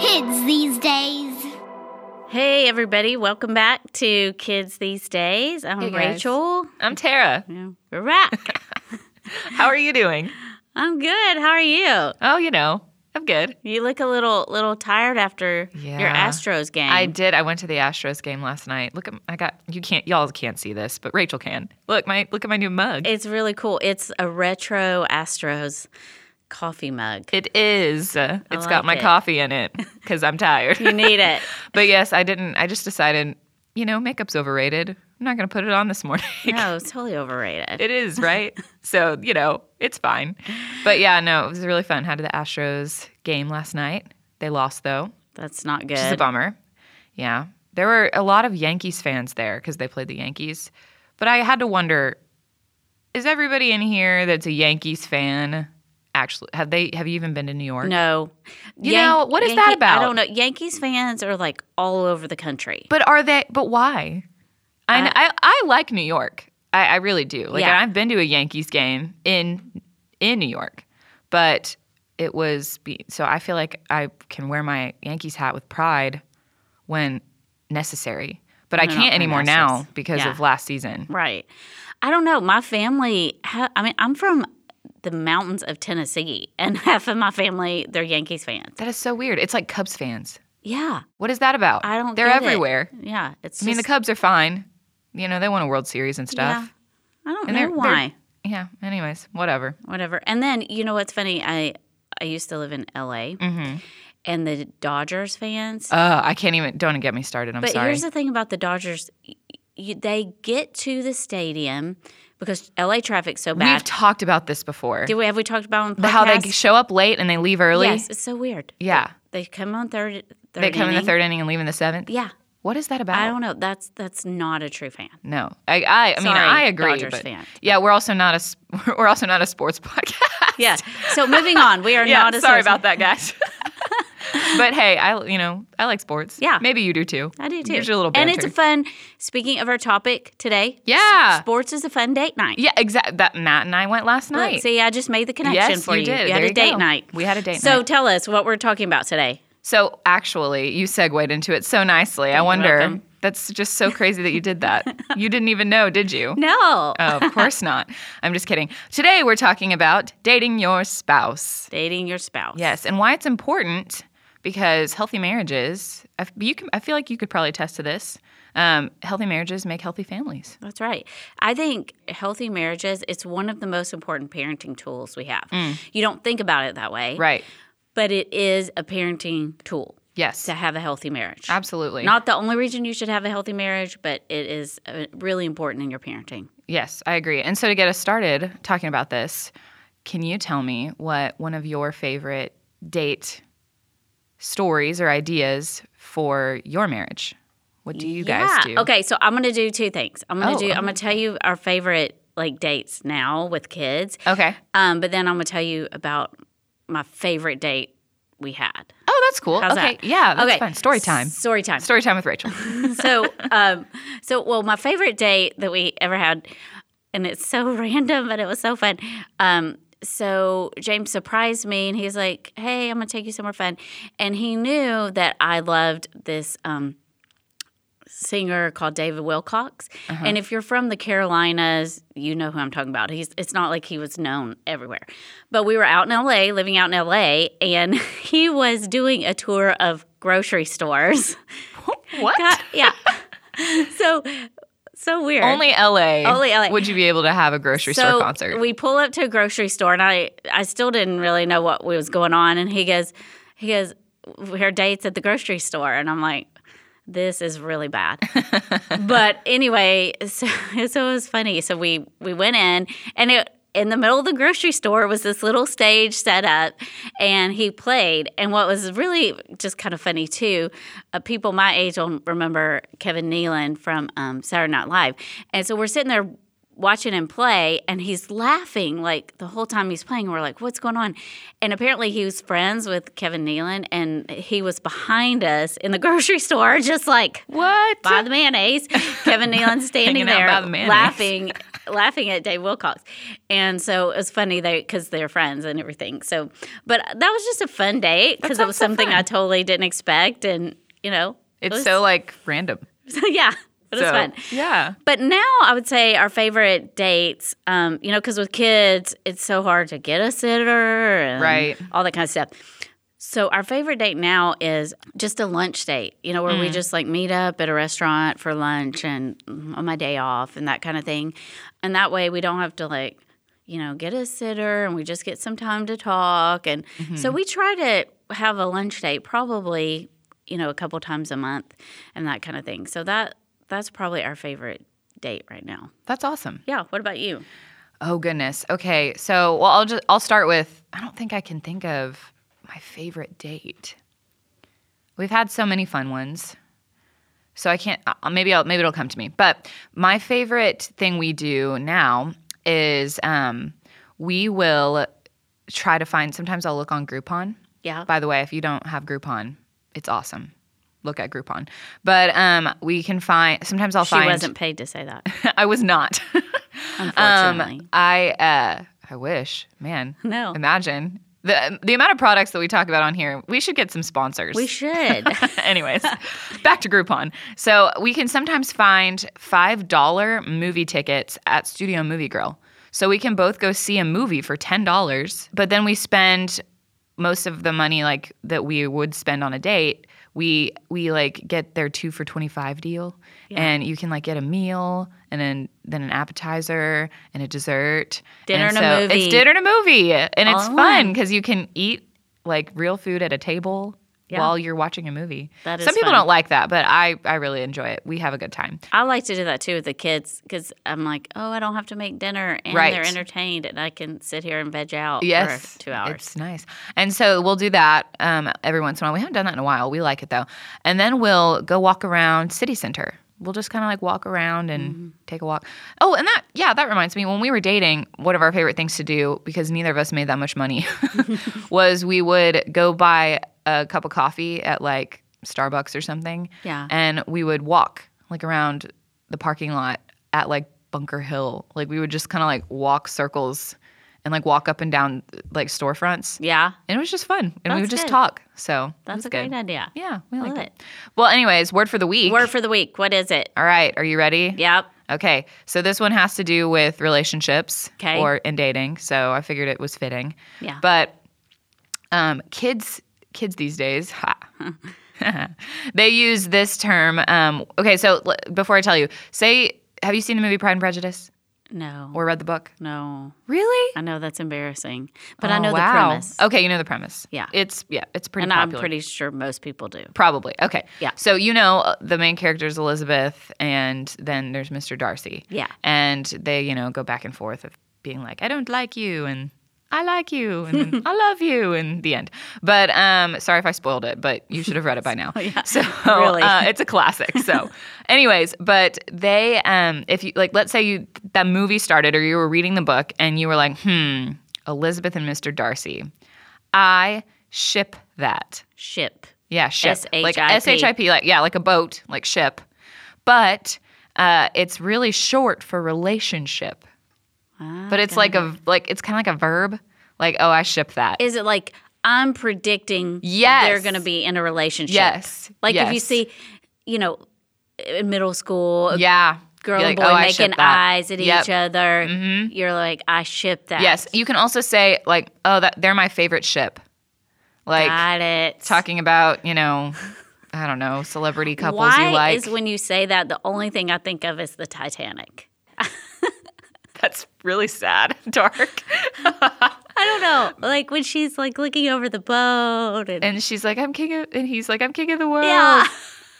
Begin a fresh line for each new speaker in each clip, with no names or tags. Kids these days.
Hey, everybody, welcome back to Kids These Days. I'm
Hey, guys.
Rachel.
I'm Tara.
Yeah, We're back.
How are you doing?
I'm good. How are you?
Oh, you know, I'm good.
You look a little little tired after your
Yeah.
Astros game.
I did. I went to the Astros game last night. Look at I got you can't y'all can't see this, but Rachel can. Look my look at my new mug.
It's really cool. It's a retro Astros coffee mug.
it is. Uh, It's
like
got my
it.
coffee in it because I'm tired.
You need it.
but yes, I didn't. I just decided, you know, makeup's overrated. I'm not going to put it on this morning.
No, it's totally overrated.
It is, right? so, you know, it's fine. But yeah, no, it was really fun. Had the Astros game last night. They lost, though,
That's not
which is a
good.
bummer. Yeah. There were a lot of Yankees fans there because they played the Yankees. But I had to wonder is everybody in here that's a Yankees fan actually have they have you even been to New York?
No.
You know, what is that
Yankee-
about?
I don't know. Yankees fans are like all over the country.
But are they? But why? I
I-
kn- I, I like New York. I, I really do. Like,
Yeah.
and I've been to a Yankees game in in New York, but it was be- so I feel like I can wear my Yankees hat with pride when necessary, but I
They're
can't
not
anymore
gonna
now because
Yeah.
of last season.
Right. I don't know. My family, ha- I mean, I'm from the mountains of Tennessee, and half of my family, they're Yankees fans.
That is so weird. It's like Cubs fans.
Yeah.
What is that about?
I don't
They're
get it.
everywhere.
Yeah. It's
I mean, the
just-
Cubs are fine. You know, they won a World Series and stuff.
Yeah. I don't
And
know
they're- they're-
why.
Yeah. Anyways, whatever.
Whatever. And then, you know what's funny? I, I used to live in LA,
Mm-hmm.
and the Dodgers fans.
Uh, I can't even. Don't get me started. I'm
but
sorry.
here's the thing about the Dodgers y- y- they get to the stadium because LA traffic's so
We've
bad.
talked about this before.
Did we, have we talked about on
The- how they
podcast?
show up late and they leave early.
Yes, it's so weird.
Yeah.
They come on third. third
They come in the
inning.
third inning and leave in the seventh.
Yeah,
What is that about?
I don't know. That's that's not a true fan.
no. I I, I mean
Sorry,
I agree.
Dodgers
but-
fan.
Yeah, we're also not a s- we're also not a sports podcast.
Yeah. So moving on, we are
yeah.
not. A
sorry
social-
about that, guys. but hey, I you know I like sports.
Yeah.
Maybe you do too.
I do too.
Usually a little
and it's a
banter.
fun. Speaking of our topic today,
Yeah.
sports is a fun date night.
yeah. Exactly. That Matt and I went last
Look,
night.
see, I just made the connection
yes,
for you.
you did.
You had
There
a date
go.
night.
We had a date
so
night.
tell us what we're talking about today.
So actually, you segued into it so nicely. I wonder.
welcome.
That's just so crazy that you did that. you didn't even know, did you?
No,
Oh, of course not. I'm just kidding. Today we're talking about dating your spouse.
dating your spouse.
Yes, and why it's important because healthy marriages. I, f- you can. I feel like you could probably attest to this. Um, healthy marriages make healthy families.
That's right. I think healthy marriages, it's one of the most important parenting tools we have. You don't think about it that way,
Mm. Right.
but it is a parenting tool
Yes.
to have a healthy marriage.
Absolutely.
Not the only reason you should have a healthy marriage, but it is uh, really important in your parenting.
Yes, I agree. And so to get us started talking about this, can you tell me what one of your favorite date stories or ideas for your marriage? What do you guys do?
Okay, so I'm going to do two things. I'm going
Oh,
to do
oh,
I'm going to tell you our favorite like dates now with kids.
Okay.
Um, but then I'm going to tell you about my favorite date we had.
Oh, that's cool.
How's
okay.
that?
Yeah, that's
okay.
fun. Story time.
Story time.
Story time with Rachel.
so um so well my favorite date that we ever had and it's so random but it was so fun um so james surprised me and he's like hey i'm gonna take you somewhere fun and he knew that i loved this um singer called david wilcox and if you're from the carolinas you know who i'm talking about he's it's not like he was known everywhere but we were out in la living out in la and he was doing a tour of grocery stores
what?
God, yeah. so so weird.
Only LA.
Only LA.
Would you be able to have a grocery
so
store concert?
We pull up to a grocery store, and I I still didn't really know what was going on. And he goes, he goes, her dates at the grocery store, and I'm like, this is really bad. but anyway, so, so it was funny. So we we went in, and it. In the middle of the grocery store was this little stage set up, and he played. And what was really just kind of funny too, uh, people my age will remember Kevin Nealon from um, Saturday Night Live. And so we're sitting there watching him play and he's laughing like the whole time he's playing. We're like, what's going on? And apparently he was friends with Kevin Nealon and he was behind us in the grocery store, just like
What?
by the mayonnaise. Kevin Nealon standing
Hanging out
there
by the mayonnaise.
laughing, laughing at Dave Wilcox, and so it was funny they because they're friends and everything. So, but that was just a fun date because it
sounds
was
so
something I
fun.
totally didn't expect, and you know, it
It's
was-
so like random.
yeah, but it was
so,
fun.
Yeah.
But now I would say our favorite dates, um, you know, because with kids, it's so hard to get a sitter and
Right.
all that kind of stuff. So our favorite date now is just a lunch date, you know, where
Mm.
we just like meet up at a restaurant for lunch and mm, on my day off and that kind of thing. And that way we don't have to like, you know, get a sitter and we just get some time to talk. And so
Mm-hmm.
we try to have a lunch date probably, you know, a couple times a month and that kind of thing. So that that's probably our favorite date right now.
That's awesome.
Yeah. What about you?
Oh goodness. Okay. So, well, I'll just I'll start with I don't think I can think of my favorite date. We've had so many fun ones. So I can't uh, maybe I'll maybe it'll come to me. But my favorite thing we do now is um we will try to find sometimes I'll look on Groupon.
Yeah.
By the way, if you don't have Groupon, it's awesome. Look at Groupon. But um we can find sometimes I'll
She
find Um,
wasn't paid to say that,
I was not.
unfortunately.
I uh, I wish, man.
No.
Imagine the the amount of products that we talk about on here. We should get some sponsors.
we should.
Anyways, back to Groupon. So we can sometimes find five dollar movie tickets at Studio Movie Grill. So we can both go see a movie for ten dollars, but then we spend most of the money like that we would spend on a date. We we like get their two for twenty five deal, and you can like get a meal and then then an appetizer and a dessert.
Dinner and a movie.
It's dinner and a movie, and it's
All in
fun because you can eat like real food at a table
Yeah.
while you're watching a movie.
That is
Some people
fun.
don't like that, but I, I really enjoy it. We have a good time.
I like to do that too with the kids because I'm like, oh, I don't have to make dinner and they're
Right.
entertained and I can sit here and veg out
Yes.
for two hours.
It's nice. And so we'll do that um, every once in a while. We haven't done that in a while. We like it though. And then we'll go walk around City Center. We'll just kind of like walk around and
Mm-hmm.
take a walk. Oh, and that, yeah, that reminds me when we were dating, one of our favorite things to do, because neither of us made that much money, was we would go buy a cup of coffee at like Starbucks or something.
Yeah.
And we would walk like around the parking lot at like Bunker Hill. Like we would just kind of like walk circles and like walk up and down like storefronts.
Yeah,
And it was just fun. And
That's
we would just
good.
talk. So it
that's
was
a
good.
great idea.
Yeah, we
I
liked
love
it. Well, anyways, word for the week.
Word for the week. What is it?
All right, are you ready?
Yep.
Okay, so this one has to do with relationships
'Kay.
or and dating. So I figured it was fitting.
Yeah.
But um, kids, kids these days, ha, they use this term. Um, okay, so l- before I tell you, say, have you seen the movie Pride and Prejudice
No.
or read the book?
No.
Really?
I know that's embarrassing, but I
Oh,
know the
wow.
premise.
Okay, you know the premise.
Yeah.
It's yeah, it's pretty.
and
popular.
I'm pretty sure most people do.
Probably. Okay.
Yeah.
So you know uh, the main character is Elizabeth, and then there's Mr. Darcy.
Yeah.
And they, you know, go back and forth of being like, I don't like you, and I like you, and then I love you, and the end. But um, sorry if I spoiled it, but you should have read it by now. yeah. So
Oh, really.
uh, it's a classic. So, anyways, but they, um, if you like, let's say you that movie started, or you were reading the book, and you were like, hmm, Elizabeth and Mr. Darcy, I ship that.
Ship.
Yeah, ship. Like
S-H-I-P.
S H I P. Like yeah, like a boat, like ship. But uh, it's really short for relationship.
Ah,
But it's like a like it's kind of like a verb. Like oh, I ship that.
Is it like I'm predicting
Yes.
they're going to be in a relationship?
Yes.
Like if you
Yes.
see, you know, in middle school, a
yeah,
girl
You're
and boy
like, "Oh, I ship
making
that."
eyes at
Yep.
each
Mm-hmm.
other, you're like, I ship that.
Yes, you can also say like oh, that they're my favorite ship. Like
Got it.
talking about you know, I don't know, celebrity couples
Why
you like.
is when you say that the only thing I think of is the Titanic?
That's really sad, dark.
I don't know. Like when she's like looking over the boat and,
And she's like, I'm king of, and he's like, I'm king of the world.
yeah.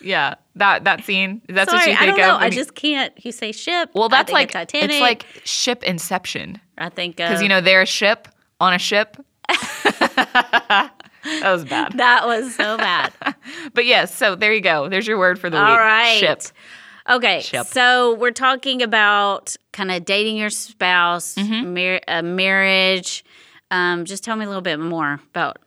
Yeah, that that scene. That's what
Sorry,
you
I
think
don't know.
of.
I
when you-
just can't. You say ship.
well,
I
that's
think of
like
Titanic. Oh.
it's like ship inception
I think
because
of,
you know they're a ship on a ship. that was bad.
that was so bad.
But yes, so there you go. There's your word for the
All
week.
right.
ship.
Okay,
Ship.
so we're talking about kind of dating your spouse,
Mm-hmm.
mar- uh, marriage. Um, just tell me a little bit more about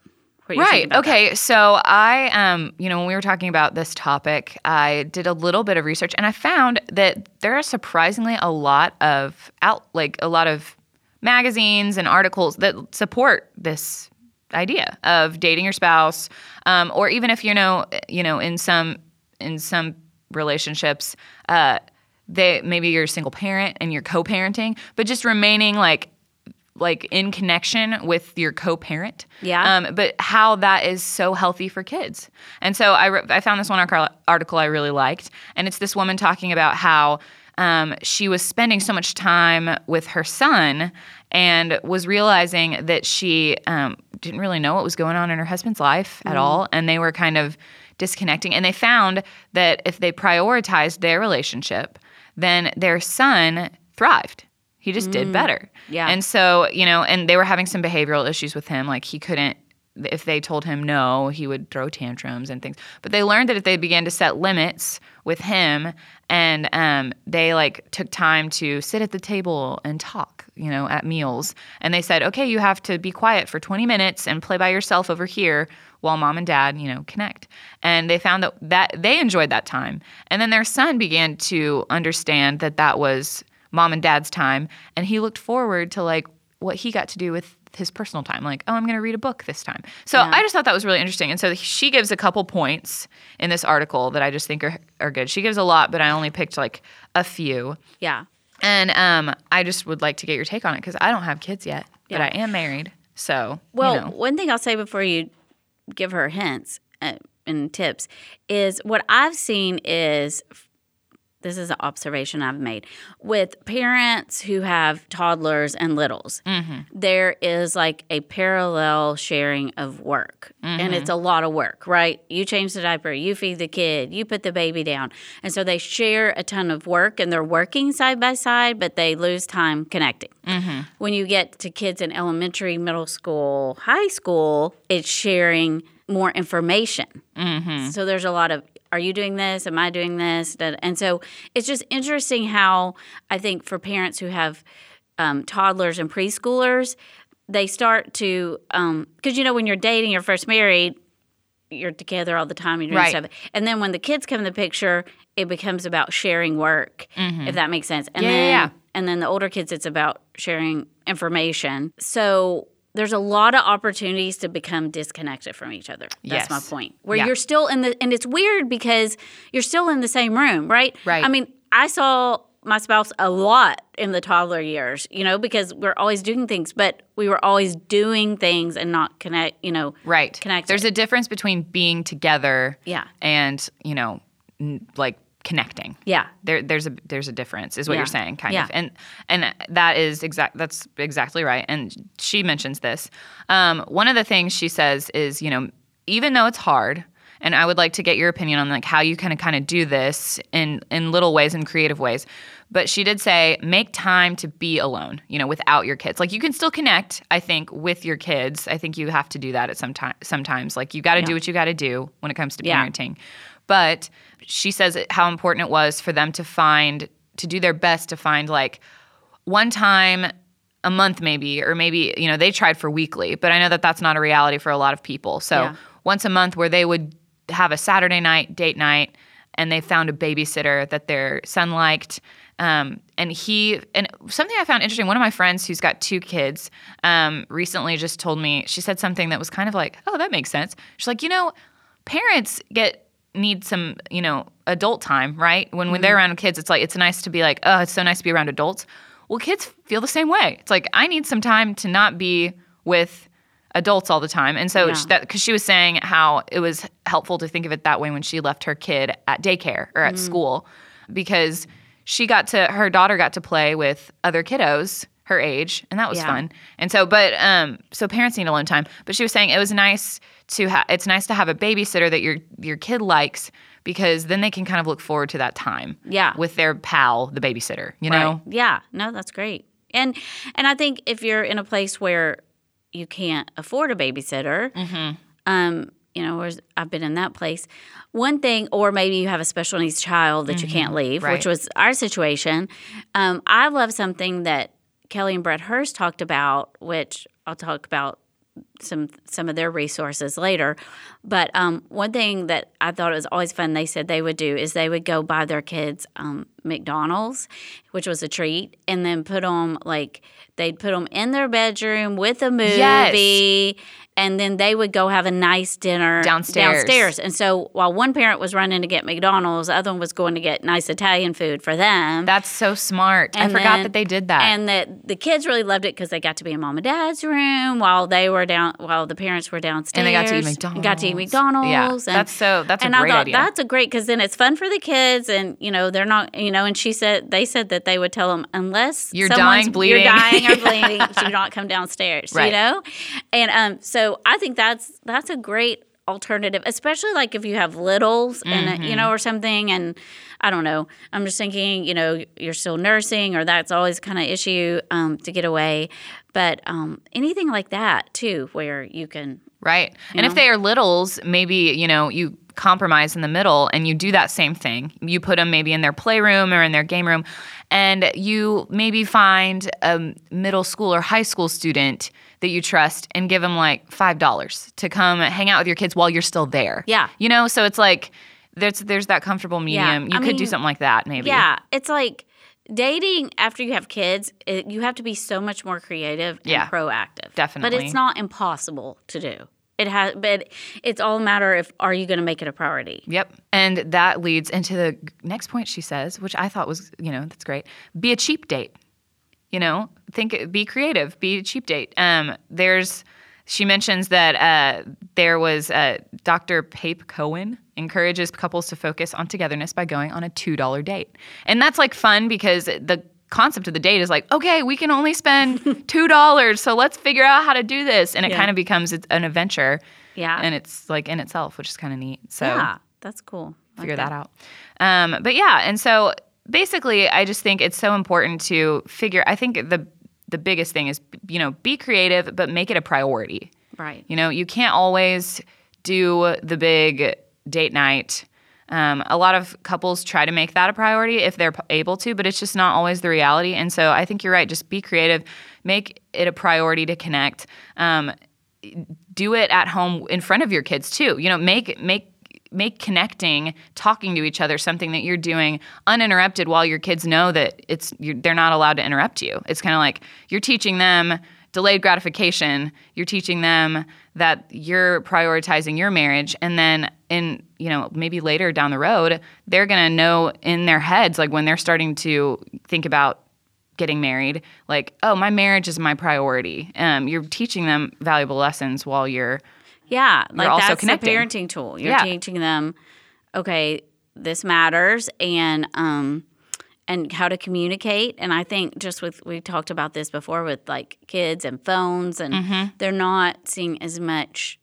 what you're thinking
Right.
about that.
Okay. So I, um, you know, when we were talking about this topic, I did a little bit of research, and I found that there are surprisingly a lot of out, like a lot of magazines and articles that support this idea of dating your spouse, um, or even if you know, you know, in some in some relationships, uh, they maybe you're a single parent and you're co-parenting, but just remaining like like in connection with your co-parent.
Yeah.
Um, but how that is so healthy for kids. And so I, re- I found this one arc- article I really liked, and it's this woman talking about how um, she was spending so much time with her son and was realizing that she um, didn't really know what was going on in her husband's life at all, and they were kind of disconnecting. And they found that if they prioritized their relationship, then their son thrived. He just did better.
Yeah.
And so, you know, and they were having some behavioral issues with him. Like he couldn't, if they told him no, he would throw tantrums and things. But they learned that if they began to set limits with him and um, they like took time to sit at the table and talk, you know, at meals, and they said, okay, you have to be quiet for 20 minutes and play by yourself over here while mom and dad, you know, connect. And they found that, that they enjoyed that time. And then their son began to understand that that was mom and dad's time and he looked forward to like what he got to do with his personal time like oh i'm going to read a book this time so i just thought that was really interesting and so she gives a couple points in this article that i just think are, are good she gives a lot but i only picked like a few
Yeah.
and um, i just would like to get your take on it because i don't have kids yet
Yeah.
but i am married so
Well,
you know.
one thing I'll say before you give her hints uh, and tips is what I've seen is this is an observation I've made with parents who have toddlers and littles.
Mm-hmm.
there is like a parallel sharing of work, and it's a
Mm-hmm.
lot of work, right? You change the diaper, you feed the kid, you put the baby down, and so they share a ton of work, and they're working side by side, but they lose time connecting when you get to kids in elementary, middle school, high school, it's sharing more information. So there's a lot of, are you doing this? Am I doing this? Da- And so it's just interesting how I think for parents who have um, toddlers and preschoolers, they start to, because you know, when you're dating, you're first married, you're together all the time, you're doing
Right.
stuff. And then when the kids come in the picture, it becomes about sharing work, if that makes sense. And
Yeah, yeah,
then,
yeah.
and then the older kids, it's about sharing information. So there's a lot of opportunities to become disconnected from each other. That's
Yes.
my point. Where
Yeah.
you're still in the, and it's weird because you're still in the same room, right?
Right.
I mean, I saw my spouse a lot in the toddler years, you know, because we're always doing things, but we were always doing things and not connect, you know.
right
connected.
there's a difference between being together
Yeah.
and you know n- like connecting
Yeah.
there there's a there's a difference is what
Yeah.
you're saying kind of
Yeah.
and and that is exact that's exactly right and she mentions this um, one of the things she says is you know even though it's hard and i would like to get your opinion on like how you kind of kind of do this in in little ways and creative ways but she did say make time to be alone you know without your kids like you can still connect i think with your kids i think you have to do that at some time sometimes like you got to do what you got to do when it comes to
Yeah.
parenting but she says it- how important it was for them to find to do their best to find like one time a month maybe or maybe you know they tried for weekly but i know that that's not a reality for a lot of people so
Yeah.
once a month where they would have a saturday night date night and they found a babysitter that their son liked um, and he and something i found interesting one of my friends who's got two kids um, recently just told me she said something that was kind of like oh that makes sense she's like you know parents get need some you know adult time right when, when they're around kids it's like it's nice to be like oh it's so nice to be around adults well kids feel the same way it's like i need some time to not be with adults all the time and so
Yeah.
she, that because she was saying how it was helpful to think of it that way when she left her kid at daycare or at
Mm.
school because she got to her daughter got to play with other kiddos her age and that was
Yeah.
fun and so, but um, so parents need alone time. But she was saying it was nice to ha- it's nice to have a babysitter that your your kid likes because then they can kind of look forward to that time.
Yeah.
with their pal, the babysitter. You know,
Yeah. No, that's great. And and I think
Mm-hmm.
if you're in a place where you can't afford a babysitter, um, you know, where's I've been in that place. One thing, or maybe you have a special needs child that you can't leave,
Mm-hmm. right.
which was our situation. Um, I love something that Kelly and Brett Hurst talked about, which I'll talk about some some of their resources later. But um, one thing that I thought was always fun they said they would do is they would go buy their kids um, McDonald's, which was a treat, and then put them like they'd put them in their bedroom with a movie. And then they would go have a nice dinner
Downstairs.
Downstairs, and so while one parent was running to get McDonald's, the other one was going to get nice Italian food for them.
That's so smart. I
And
forgot
then-
that they did that.
And that the kids really loved it because they got to be in mom and dad's room while they were down, while the parents were downstairs.
they got to eat
Got to eat
McDonald's.
McDonald's.
Yeah,
and,
that's so- that's a
and
great
I thought
idea.
that's a great because then it's fun for the kids, and you know they're not, you know. And she said they said that they would tell them unless
You're
someone's-
dying, bleeding."
you're dying or bleeding, do not come downstairs.
Right.
You know, and um, so I think that's that's a great alternative especially like if you have littles and uh, you know or something and i don't know i'm just thinking you know you're still nursing or that's always kind of issue um, to get away but um, anything like that too where you can
Right. and if they are littles, maybe, you know, you compromise in the middle and you do that same thing. You put them maybe in their playroom or in their game room, and you maybe find a middle school or high school student that you trust and give them like $5 to come hang out with your kids while you're still there.
Yeah.
You know, so it's like there's there's that comfortable medium. You
I
could do
mean,
something like that maybe.
yeah it's like dating after you have kids it, you have to be so much more creative and
Yeah.
proactive but
Definitely.
it's not impossible to do it has but it's all a matter of are you going to make it a priority
Yep. And that leads into the g- next point she says, which I thought was, you know, that's great. Be a cheap date. You know, think be creative, be a cheap date. Um there's she mentions that uh, there was uh, Dr. Pape Cohen encourages couples to focus on togetherness by going on a $2 date. And that's like fun because the concept of the date is like, okay, we can only spend $2, so let's figure out how to do this. And it
Yeah.
kind of becomes it's an adventure.
Yeah.
And it's like in itself, which is kind of neat. So
yeah that's cool I like
figure that out. Um, but yeah, and so basically, I just think it's so important to figure. I think the the biggest thing is you know be creative, but make it a priority.
right
You know, you can't always do the big date night. Um, a lot of couples try to make that a priority if they're p- able to, but it's just not always the reality. And so I think you're right. Just be creative, make it a priority to connect. Um, do it at home in front of your kids too. You know, make make make connecting, talking to each other something that you're doing uninterrupted while your kids know that it's you're, they're not allowed to interrupt you. It's kind of like you're teaching them delayed gratification. You're teaching them that you're prioritizing your marriage and then in you know maybe later down the road they're going to know in their heads like when they're starting to think about getting married like oh my marriage is my priority um, you're teaching them valuable lessons while you're
Yeah, like
also
that's
connecting.
the parenting tool. You're
Yeah.
teaching them, okay, this matters, and um, and how to communicate. And I think just with we talked about this before with like kids and phones, and
Mm-hmm.
they're not seeing as much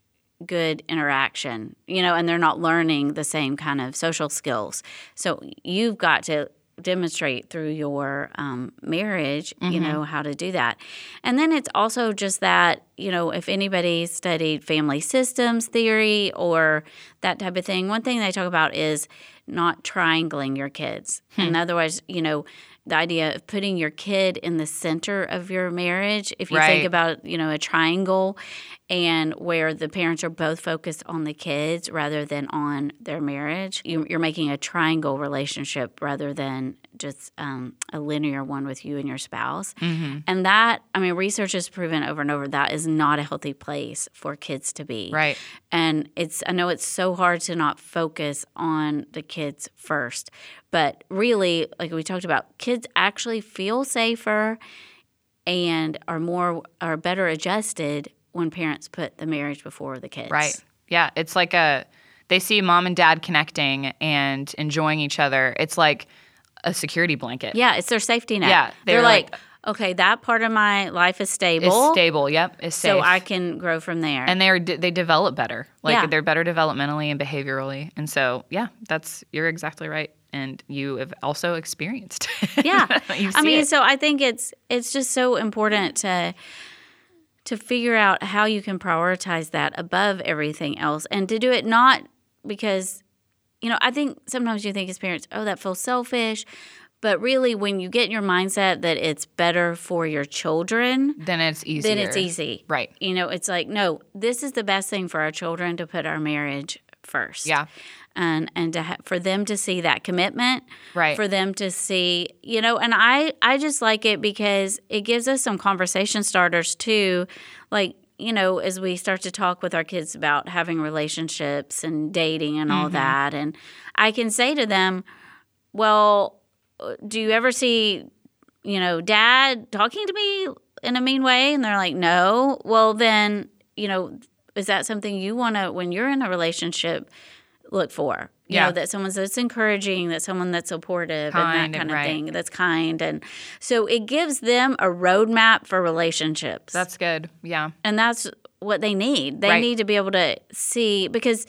good interaction, you know, and they're not learning the same kind of social skills. So you've got to demonstrate through your um, marriage, you know, how to do that. And then it's also just that, you know, if anybody studied family systems theory or that type of thing, one thing they talk about is not triangling your kids. In other words, you know, the idea of putting your kid in the center of your marriage, if you
Right.
think about, you know, a triangle and where the parents are both focused on the kids rather than on their marriage, you, you're making a triangle relationship rather than just um, a linear one with you and your spouse. And that, I mean, research has proven over and over that is not a healthy place for kids to be
right
and it's i know it's so hard to not focus on the kids first but really like we talked about kids actually feel safer and are more are better adjusted when parents put the marriage before the kids
right yeah it's like a they see mom and dad connecting and enjoying each other it's like a security blanket
yeah it's their safety net
Yeah,
they're,
they're
like,
like-
okay that part of my life is
it's
stable
stable yep it's safe
so i can grow from there
and they're they develop better like
Yeah.
they're better developmentally and behaviorally and so yeah that's you're exactly right and you have also experienced it.
yeah
You
i
see
mean
it.
so i think it's it's just so important to to figure out how you can prioritize that above everything else and to do it not because you know, I think sometimes you think as parents, oh, that feels selfish. But really, when you get in your mindset that it's better for your children,
Then it's easy.
then it's easy.
Right.
You know, it's like, no, this is the best thing for our children to put our marriage first.
Yeah.
And, and to ha- for them to see that commitment,
Right.
for them to see, you know, and I, I just like it because it gives us some conversation starters too. Like, you know, as we start to talk with our kids about having relationships and dating and all that. And I can say to them, well, uh, do you ever see, you know, dad talking to me in a mean way? And they're like, no. Well, then, you know, is that something you want to, when you're in a relationship, look for? You
Yeah.
know, that someone that's encouraging, that someone that's supportive and
Kind
that
and
kind of
right.
thing, that's kind. And so it gives them a roadmap for relationships
That's good. Yeah.
and that's what they need. They
Right.
need to be able to see because,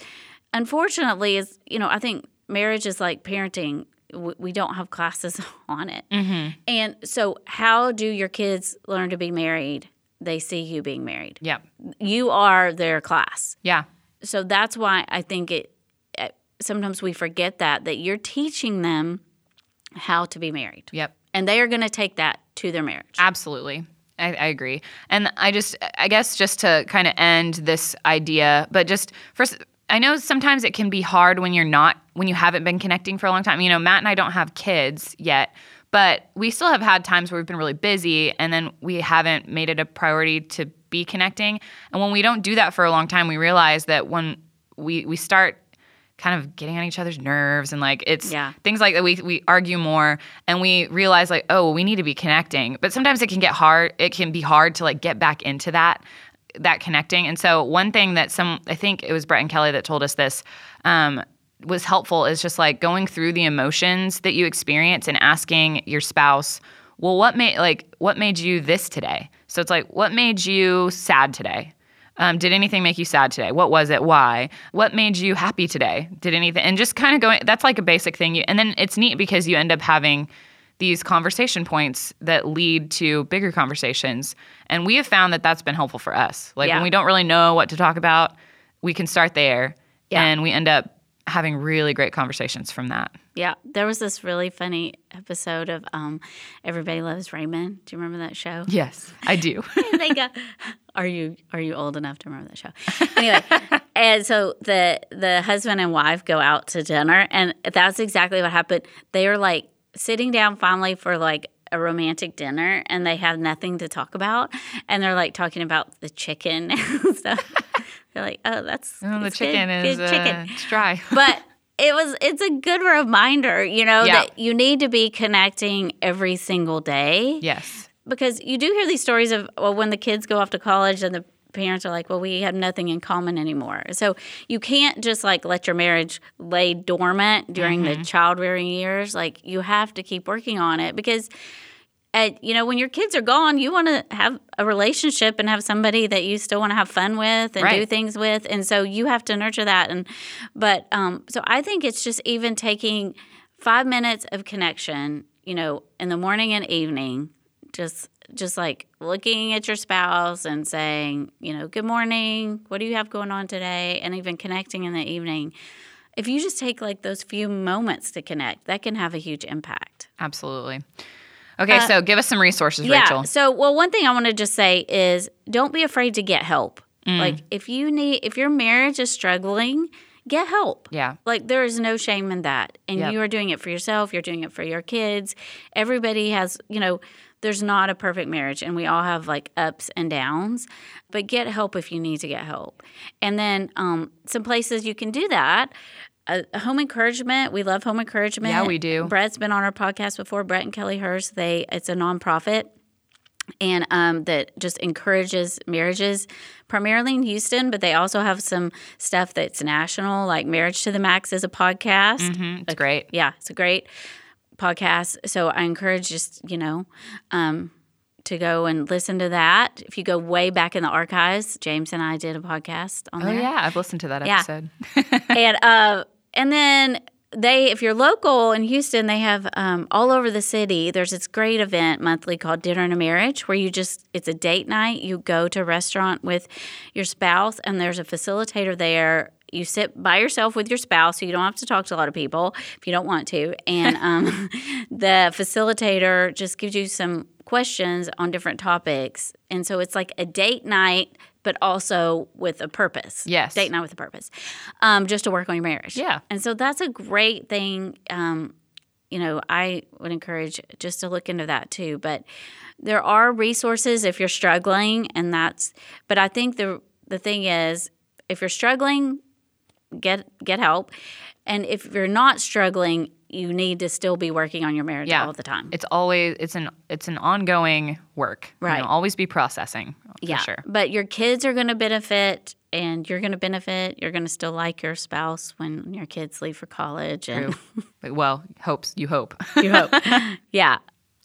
unfortunately, is you know I think marriage is like parenting. W- We don't have classes on it, and so how do your kids learn to be married? They see you being married.
Yeah.
You are their class,
Yeah.
so that's why I think it. eh, Sometimes we forget that that you're teaching them how to be married,
Yep.
and they are going to take that to their marriage.
Absolutely. I, I agree. And I just, I guess, just to kind of end this idea, but just first, I know sometimes it can be hard when you're not, when you haven't been connecting for a long time. You know, Matt and I don't have kids yet, but we still have had times where we've been really busy and then we haven't made it a priority to be connecting. And when we don't do that for a long time, we realize that when we, we start kind of getting on each other's nerves and like it's
Yeah.
things like that we, we argue more and we realize like oh we need to be connecting but sometimes it can get hard it can be hard to like get back into that that connecting and so one thing that some i think it was brett and kelly that told us this um, was helpful is just like going through the emotions that you experience and asking your spouse well what made like what made you this today so it's like what made you sad today um, did anything make you sad today? What was it? Why? What made you happy today? Did anything? And just kind of going, that's like a basic thing. You, and then it's neat because you end up having these conversation points that lead to bigger conversations. And we have found that that's been helpful for us. Like
Yeah.
when we don't really know what to talk about, we can start there
Yeah.
and we end up having really great conversations from that.
Yeah, there was this really funny episode of um, Everybody Loves Raymond. Do you remember that show?
Yes, I do.
And they go, "Are you are you old enough to remember that show?" Anyway, and so the the husband and wife go out to dinner, and that's exactly what happened. They are like sitting down finally for like a romantic dinner, and they have nothing to talk about, and they're like talking about the chicken and stuff. They're like, "Oh, that's
Oh, the
it's good-
chicken is
good
Uh, it's dry.
but it was it's a good reminder you know
Yeah.
that you need to be connecting every single day
yes.
because you do hear these stories of well when the kids go off to college and the parents are like well we have nothing in common anymore so you can't just like let your marriage lay dormant during the child rearing years like you have to keep working on it because at, you know when your kids are gone you want to have a relationship and have somebody that you still want to have fun with and do
Right.
things with and so you have to nurture that and but um so i think it's just even taking five minutes of connection you know in the morning and evening just just like looking at your spouse and saying you know good morning what do you have going on today and even connecting in the evening if you just take like those few moments to connect that can have a huge impact
Absolutely. Okay,
Uh,
so give us some resources, Rachel.
so, well, one thing I want to just say is don't be afraid to get help.
Mm.
Like, if you need, if your marriage is struggling, get help.
Yeah.
Like, there is no shame in that. And
Yep.
you are doing it for yourself, you're doing it for your kids. Everybody has, you know, there's not a perfect marriage, and we all have like ups and downs, but get help if you need to get help. And then, um, some places you can do that. Uh, home encouragement. We love home encouragement.
Yeah, we do.
Brett's been on our podcast before. Brett and Kelly Hurst. They it's a nonprofit and um, that just encourages marriages, primarily in Houston, but they also have some stuff that's national, like Marriage to the Max is a podcast.
Mhm, it's great.
Yeah, it's a great podcast. So I encourage just you know um, to go and listen to that. If you go way back in the archives, James and I did a podcast on
Oh
there
yeah, I've listened to that
Yeah.
episode.
and uh, and then they, if you're local in Houston, they have um, all over the city. There's this great event monthly called Dinner and a Marriage, where you just it's a date night. You go to a restaurant with your spouse, and there's a facilitator there. You sit by yourself with your spouse, so you don't have to talk to a lot of people if you don't want to. And um, the facilitator just gives you some questions on different topics, and so it's like a date night, but also with a purpose.
Yes.
date night with a purpose, um, just to work on your marriage.
Yeah.
And so that's a great thing. Um, you know, I would encourage just to look into that too. But there are resources if you're struggling, and that's. But I think the the thing is, if you're struggling, get get help, and if you're not struggling, you need to still be working on your marriage
Yeah.
all the time.
It's always it's an it's an ongoing work. You
Right.
know, always be processing. For
yeah.
Sure.
But your kids are going to benefit. And you're going to benefit. You're going to still like your spouse when your kids leave for college, and
But, well, hopes you hope.
you hope. yeah,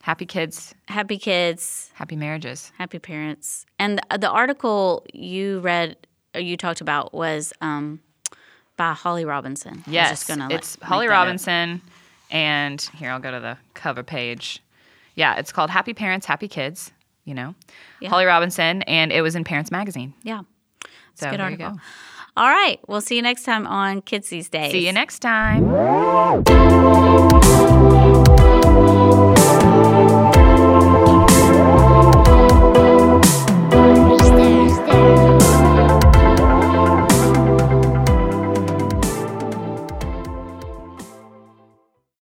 happy kids,
happy kids,
happy marriages.
happy parents. And the, the article you read, uh, you talked about was um, by Holly Robinson. I was
Yes.
just gonna, like,
it's Holly
make that up.
Robinson and here I'll go to the cover page. Yeah, it's called Happy Parents, Happy Kids, you know.
Yeah.
Holly Robinson and it was in Parents magazine.
Yeah.
So
good
there you
article.
go.
All right. We'll see you next time on Kids These Days.
See you next time.